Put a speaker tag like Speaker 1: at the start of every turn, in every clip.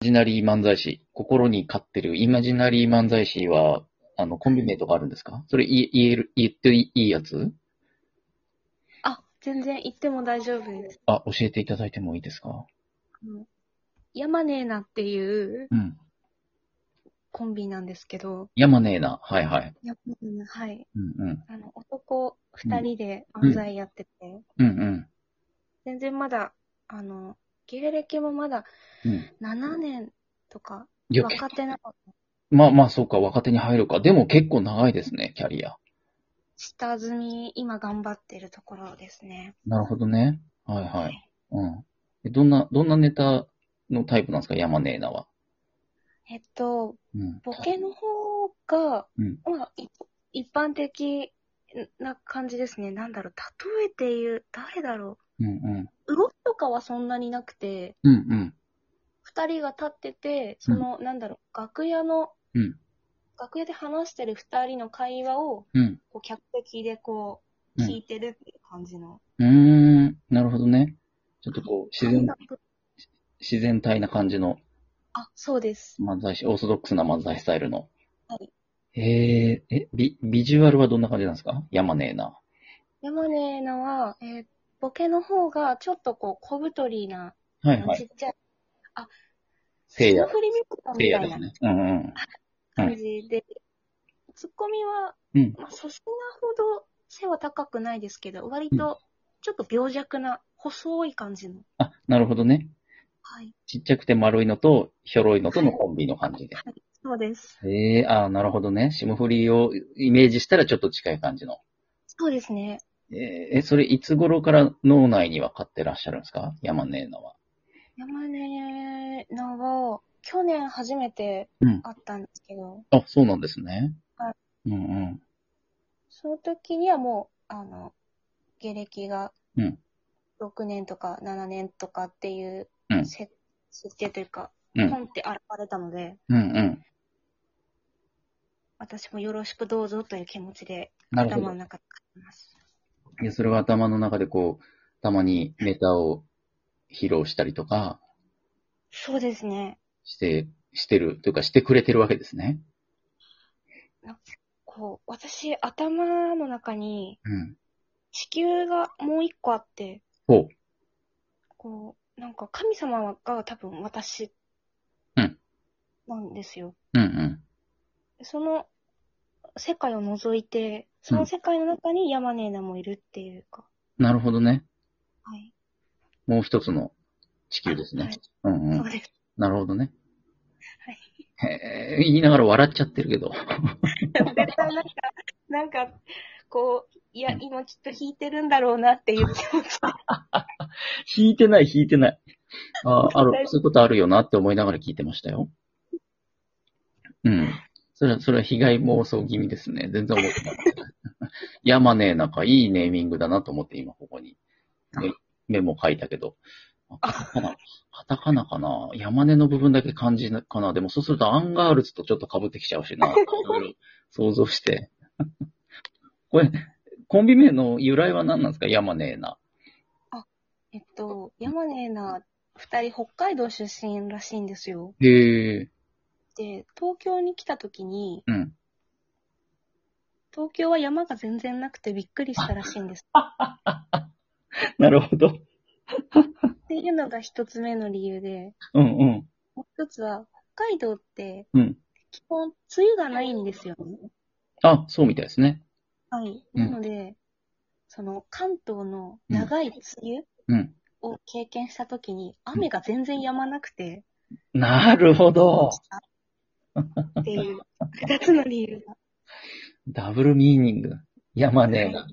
Speaker 1: イマジナリー漫才師、心に飼ってるイマジナリー漫才師は、あの、コンビ名とかあるんですかそれい言える、言っていいやつ
Speaker 2: あ、全然言っても大丈夫です。
Speaker 1: あ、教えていただいてもいいですか
Speaker 2: ヤマネーナっていう
Speaker 1: うん。
Speaker 2: コンビなんですけど、
Speaker 1: やまねえな。はいはい。
Speaker 2: ヤマネーナはい。
Speaker 1: うんうん。
Speaker 2: あの、男二人で漫才やってて、
Speaker 1: うん
Speaker 2: 全然まだ、あの、芸歴もまだ
Speaker 1: うん。うん。
Speaker 2: 7年とか、
Speaker 1: いや、
Speaker 2: 若手なの
Speaker 1: まあまあ、そうか、若手に入るか。でも結構長いですね、キャリア。
Speaker 2: 下積み、今頑張ってるところですね。
Speaker 1: なるほどね。はいはい。うん。えどんな、どんなネタのタイプなんですか、やまねえなは。
Speaker 2: えっと、
Speaker 1: うん。
Speaker 2: ボケの方が、
Speaker 1: うん
Speaker 2: まあ、い一般的な感じですね。なんだろう、例えて言う、誰だろ
Speaker 1: うんうん。
Speaker 2: う。動きとかはそんなになくて、
Speaker 1: うんうん。
Speaker 2: 二人が立ってて、その、なんだろう、楽屋の、
Speaker 1: うん
Speaker 2: 楽屋で話してる二人の会話を、
Speaker 1: うん。
Speaker 2: こう客席でこう、
Speaker 1: うん
Speaker 2: 聞いてるっていう感じの。
Speaker 1: うーん。なるほどね。ちょっとこう、自然
Speaker 2: 感、覚
Speaker 1: 自然体な感じの
Speaker 2: あ、そうです。
Speaker 1: 漫才師、オーソドックスな漫才スタイルの。
Speaker 2: はい。
Speaker 1: えー、え、ビ、ビジュアルはどんな感じなんですかやまねえな。
Speaker 2: ヤマネーナは、えーボケの方が、ちょっとこう、小太りな、
Speaker 1: はいは
Speaker 2: ち
Speaker 1: い。
Speaker 2: っちゃい、あ、
Speaker 1: せいや
Speaker 2: 霜降りミクさん
Speaker 1: せい
Speaker 2: み
Speaker 1: や
Speaker 2: た
Speaker 1: で
Speaker 2: い
Speaker 1: す
Speaker 2: な
Speaker 1: ね。うんうん。
Speaker 2: 感じで、ツッコミは、
Speaker 1: うん
Speaker 2: まあ、粗品ほど背は高くないですけど、割と、ちょっと病弱な、細い感じの。
Speaker 1: あ、なるほどね。
Speaker 2: はい。
Speaker 1: ちっちゃくて丸いのと、ひょろいのとのコンビの感じで。
Speaker 2: はい、そうです。
Speaker 1: ええー、あーなるほどね。霜降りをイメージしたらちょっと近い感じの。
Speaker 2: そうですね。
Speaker 1: えーえ、それいつ頃から脳内には飼ってらっしゃるんですか山根のは。
Speaker 2: 山根のを、去年初めて
Speaker 1: うん
Speaker 2: 会ったんですけど、
Speaker 1: あ、そうなんですね。。
Speaker 2: はい
Speaker 1: うんうん。
Speaker 2: その時にはもう、あの、芸歴が
Speaker 1: うん
Speaker 2: 6年とか7年とかっていう、
Speaker 1: うん
Speaker 2: 設定というか、
Speaker 1: うん
Speaker 2: ポンって現れたので、
Speaker 1: うんうん。
Speaker 2: 私もよろしくどうぞという気持ちで、
Speaker 1: なるほ
Speaker 2: 頭
Speaker 1: ど
Speaker 2: の。中で書きます。
Speaker 1: いや、それは頭の中でこう、たまにネタを披露したりとか
Speaker 2: そうですね。
Speaker 1: して、してる、というかしてくれてるわけですね。
Speaker 2: こう、私、頭の中に
Speaker 1: うん。
Speaker 2: 地球がもう一個あって、
Speaker 1: ほ
Speaker 2: こう、なんか神様が多分私、
Speaker 1: うん
Speaker 2: なんですよ。
Speaker 1: う。うんうん。
Speaker 2: その世界を除いて、その世界の中にヤマネーナもいるっていうか、
Speaker 1: なるほどね。
Speaker 2: はい。
Speaker 1: もう一つの地球です
Speaker 2: は
Speaker 1: ね
Speaker 2: い。
Speaker 1: うんう
Speaker 2: そ
Speaker 1: ん
Speaker 2: う。です。
Speaker 1: なるほどね。へえ、言いながら笑っちゃってるけど。
Speaker 2: 絶対なんか、なんか、こう、いや、今きっと弾いてるんだろうなっていう気持ち。
Speaker 1: 弾いてない、弾いてない。ああ、あ
Speaker 2: 大
Speaker 1: る、
Speaker 2: 丈夫
Speaker 1: そういうことあるよなって思いながら聞いてましたよ。うん。それは、それは被害妄想気味ですね。全然思ってなかった。 やまねえなんかいいネーミングだなと思って今ここにメメモ書いたけど。あカタカナ、カタカナかな山根の部分だけ漢字かなでもそうするとアンガールズとちょっと被ってきちゃうしな。いろいろ想像して。 これ、コンビ名の由来は何なんですか山根えな。
Speaker 2: えっと、ヤマネーナ、二人北海道出身らしいんですよ。
Speaker 1: へえ。
Speaker 2: で、東京に来た時に、
Speaker 1: うん。
Speaker 2: 東京は山が全然なくてびっくりしたらしいんです。
Speaker 1: なるほど。
Speaker 2: っていうのが一つ目の理由で、
Speaker 1: うんうん。
Speaker 2: もう一つは、北海道って、
Speaker 1: うん
Speaker 2: 基本、梅雨がないんですよね。
Speaker 1: あ、そうみたいですね。
Speaker 2: はい。
Speaker 1: うん
Speaker 2: なので、その、関東の長い梅雨
Speaker 1: うん。
Speaker 2: を経験した時に、雨が全然止まなくて、
Speaker 1: なるほど。
Speaker 2: っていう、二つの理由が。
Speaker 1: ダブルミーニング。山ねえな。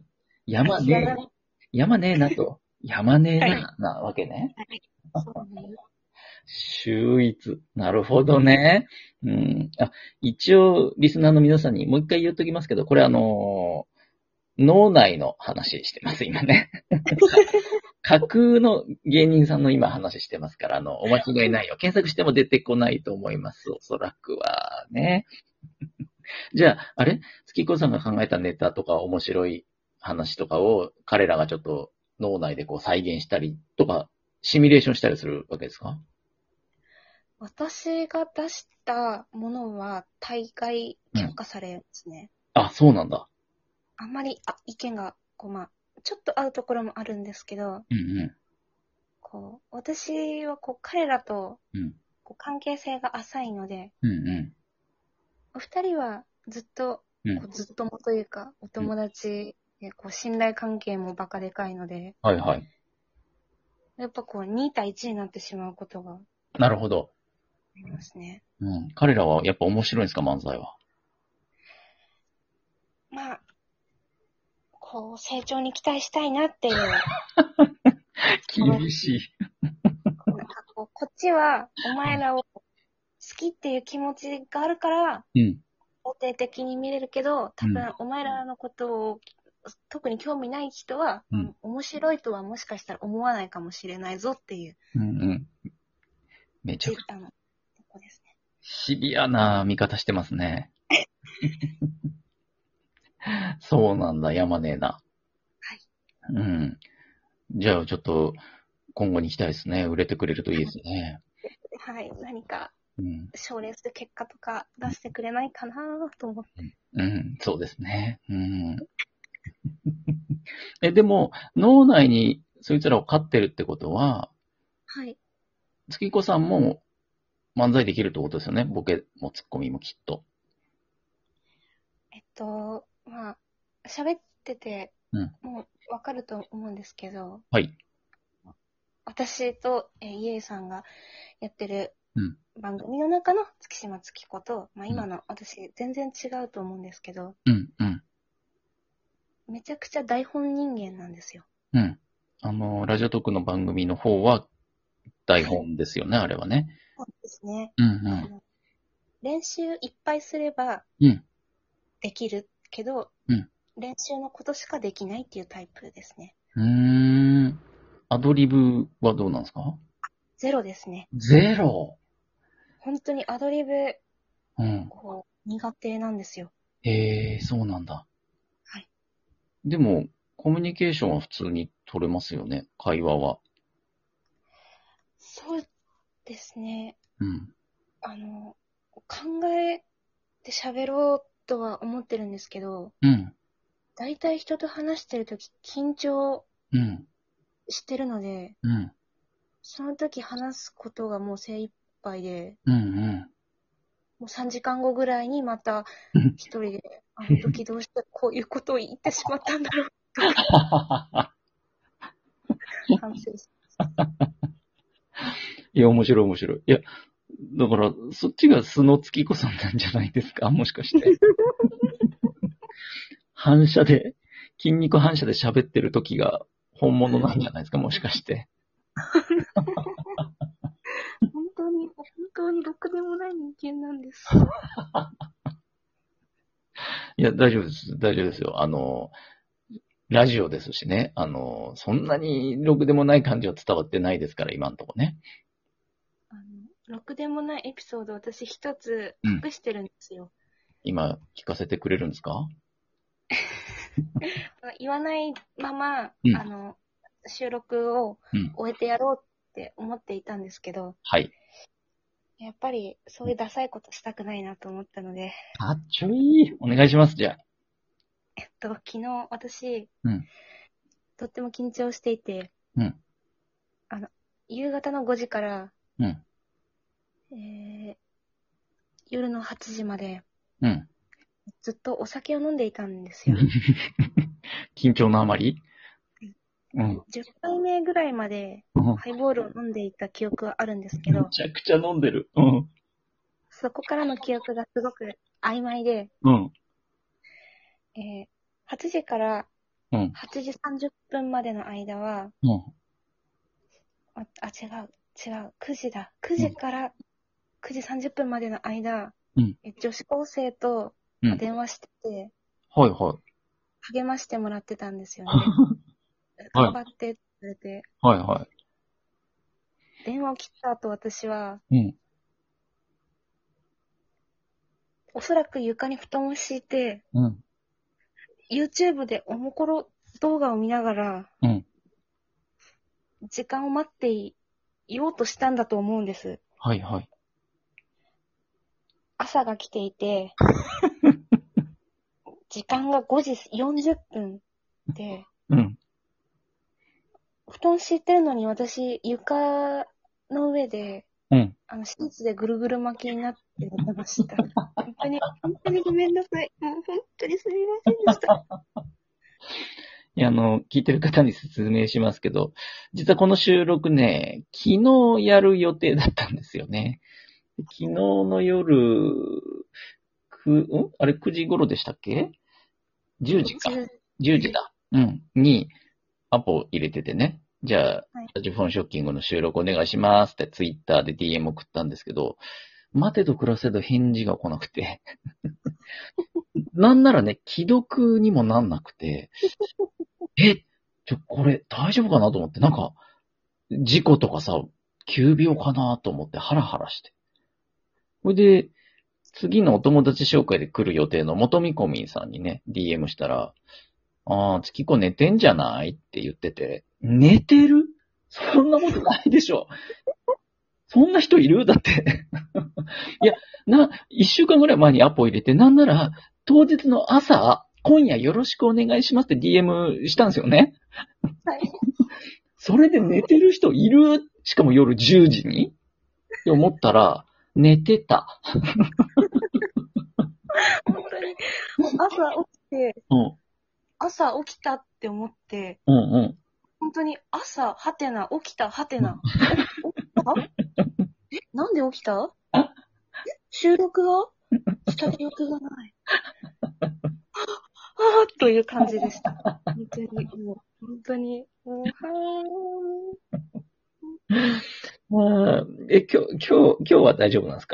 Speaker 1: 山ねえな。山ねえなと。山ねえな、なわけね。
Speaker 2: そうなんです
Speaker 1: 秀逸。なるほどね。うん。あ、一応、リスナーの皆さんにもう一回言っときますけど、これあのー脳内の話してます、今ね。架空の芸人さんの今話してますから、あの、お間違いないよ。検索しても出てこないと思います、おそらくはね。 じゃあ、あれ月子さんが考えたネタとか面白い話とかを彼らがちょっと脳内でこう再現したりとか、シミュレーションしたりするわけですか
Speaker 2: 私が出したものは大概評価されるんですね。
Speaker 1: あ、そうなんだ。
Speaker 2: あんまりあ意見が、こう、まあ、ちょっと合うところもあるんですけど、
Speaker 1: うんう
Speaker 2: こう、私はこう、彼らと
Speaker 1: ん。うん。
Speaker 2: こう関係性が浅いので、
Speaker 1: うんうん。
Speaker 2: お二人はずっと、
Speaker 1: うん
Speaker 2: こうずっともというか、お友達で、こう、信頼関係もバカでかいので、
Speaker 1: はいはい。
Speaker 2: やっぱこう、2対1になってしまうことがあ
Speaker 1: なるほど。
Speaker 2: りますね。
Speaker 1: うん。彼らはやっぱ面白いんですか、漫才は。
Speaker 2: まあ、こう、成長に期待したいなって いう、
Speaker 1: 厳しい。
Speaker 2: こうなんかこうこっちは、お前らを好きっていう気持ちがあるから、
Speaker 1: うん。
Speaker 2: 肯定的に見れるけど、多
Speaker 1: う
Speaker 2: 分お前らのことを、特に興味ない人は、
Speaker 1: うん
Speaker 2: 面白いとはもしかしたら思わないかもしれないぞっていう、
Speaker 1: うんうん。めちゃくちゃ
Speaker 2: あの、とこですね。
Speaker 1: シビアな見方してますね。 そうなんだ、やまねえな。
Speaker 2: はい。
Speaker 1: うん。じゃあ、ちょっと、今後に期待ですね。売れてくれるといいですね。
Speaker 2: はい、何か
Speaker 1: うん。
Speaker 2: 賞レースで結果とか出してくれないかなと思って。
Speaker 1: うん、そうですね。うん。 え、でも、脳内にそいつらを飼ってるってことは、
Speaker 2: はい。
Speaker 1: 月子さんも漫才できるってことですよね。ボケもツッコミもきっと。
Speaker 2: えっと、まあ、喋ってて、
Speaker 1: うん
Speaker 2: もうわかると思うんですけど、
Speaker 1: はい。
Speaker 2: 私と、えー、イエイさんがやってる
Speaker 1: うん
Speaker 2: 番組の中の月島月子と、まあ今の私全然違うと思うんですけど、
Speaker 1: うん、うん、
Speaker 2: めちゃくちゃ台本人間なんですよ。
Speaker 1: うん。あの、ラジオトークの番組の方は、台本ですよね、あれはね。
Speaker 2: そうですね。
Speaker 1: うん
Speaker 2: 練習いっぱいすれば
Speaker 1: うん。うん。
Speaker 2: できるけど、
Speaker 1: うん
Speaker 2: 練習のことしかできないっていうタイプですね。
Speaker 1: うーん。アドリブはどうなんですか
Speaker 2: ゼロですね。
Speaker 1: ゼロ。
Speaker 2: 本当にアドリブ、
Speaker 1: うん。
Speaker 2: こう、苦手なんですよ。
Speaker 1: へえ、そうなんだ。
Speaker 2: はい。
Speaker 1: でも、コミュニケーションは普通に取れますよね、会話は。
Speaker 2: そうですね。
Speaker 1: うん。
Speaker 2: あの、考えて喋ろうとは思ってるんですけど、
Speaker 1: うん。
Speaker 2: 大体人と話してるとき緊張
Speaker 1: うん。
Speaker 2: してるので、
Speaker 1: うん。
Speaker 2: その時話すことがもう精一杯で、
Speaker 1: うん。うん。
Speaker 2: もう3時間後ぐらいにまた
Speaker 1: うん
Speaker 2: 一人で、あの時どうしてこういうことを言ってしまったんだろう
Speaker 1: ははは。
Speaker 2: と反省し
Speaker 1: いや、面白い面白い。いや、だから、そっちが素の月子さんなんじゃないですか もしかして。反射で、筋肉反射で喋ってる時が本物なんじゃないですかもしかして。
Speaker 2: た。本当に、本当にろくでもない人間なんです。
Speaker 1: いや、大丈夫です。大丈夫ですよ。あの、ラジオですしね。あの、そんなにろくでもない感じは伝わってないですから、今んとこね。
Speaker 2: あのろくでもないエピソード私一つ
Speaker 1: うん
Speaker 2: 隠してるんですよ。
Speaker 1: 今、聞かせてくれるんですか
Speaker 2: 言わないまま、
Speaker 1: うん
Speaker 2: あの、収録を
Speaker 1: うん
Speaker 2: 終えてやろうって思っていたんですけど、
Speaker 1: はい。
Speaker 2: やっぱりそういうダサいことしたくないなと思ったので、
Speaker 1: かっちょいい。お願いします、じゃあ。
Speaker 2: えっと、昨日私、
Speaker 1: うん
Speaker 2: とっても緊張していて、
Speaker 1: うん
Speaker 2: あの、夕方の5時から、
Speaker 1: うん。
Speaker 2: えー夜の8時まで
Speaker 1: うん。
Speaker 2: ずっとお酒を飲んでいたんで すよ。
Speaker 1: 緊張のあまりうん。
Speaker 2: 10杯目ぐらいまで
Speaker 1: うん
Speaker 2: ハイボールを飲んでいた記憶はあるんですけ
Speaker 1: め
Speaker 2: ど、
Speaker 1: ちゃくちゃ飲んでる。うん。
Speaker 2: そこからの記憶がすごく曖昧で、
Speaker 1: うん。
Speaker 2: えー8時から
Speaker 1: うん。
Speaker 2: 8時30分までの間は、
Speaker 1: うん。
Speaker 2: あ、あ違う、違う、9時だ。9時から9時30分までの間、
Speaker 1: うん
Speaker 2: え女子高生と
Speaker 1: うん
Speaker 2: 電話してて、
Speaker 1: はいはい。
Speaker 2: 励ましてもらってたんですよね。
Speaker 1: はい
Speaker 2: 頑張ってって言われて、
Speaker 1: はいは
Speaker 2: 電話を切った後私は、
Speaker 1: い。うん。
Speaker 2: おそらく床に布団を敷いて、
Speaker 1: うん。
Speaker 2: YouTube でおもころ動画を見ながら、
Speaker 1: うん
Speaker 2: 時間を待っていようとしたんだと思うんです。
Speaker 1: はいはい。
Speaker 2: 朝が来て いて、時間が5時40分で、
Speaker 1: うん。
Speaker 2: 布団敷いてるのに私、床の上で、
Speaker 1: うん。
Speaker 2: あの、シーツでぐるぐる巻きになって寝てました。本当に、本当にごめんなさい。もう本当にすみませんでした。
Speaker 1: いや、あの、聞いてる方に説明しますけど、実はこの収録ね、昨日やる予定だったんですよね。昨日の夜、く、んあれ9時頃でしたっけ ?10 時 か。10時だ。うん。に、アポ入れててね。じゃあ
Speaker 2: はい、
Speaker 1: ラジフォンショッキングの収録お願いしますってツイッターで DM 送ったんですけど、待てど暮らせど返事が来なくて。 なんならね、既読にもなんなくて、え、ちょ、これ大丈夫かなと思って、なんか、事故とかさ、急病かなと思ってハラハラして。ほいで、次のお友達紹介で来る予定の元見込みさんにね、DM したら、ああ、月子寝てんじゃないって言ってて、寝てるそんなことないでしょ。そんな人いるだって。いや、な、一週間ぐらい前にアポ入れて、なんなら、当日の朝、今夜よろしくお願いしますって DM したんですよね。
Speaker 2: はい。
Speaker 1: それで寝てる人いるしかも夜10時にって思ったら、寝てた。
Speaker 2: 本当に、朝起きて、
Speaker 1: うん、
Speaker 2: 朝起きたって思って、
Speaker 1: うん、うん。
Speaker 2: 本当に朝、はてな、起きた、はてな。え起きたえ、なんで起きたえ収録はした記憶がない。ああという感じでした。本当に、もう、本当に、も う、はーん。
Speaker 1: あーえ、今日、今日、今日は大丈夫なんですか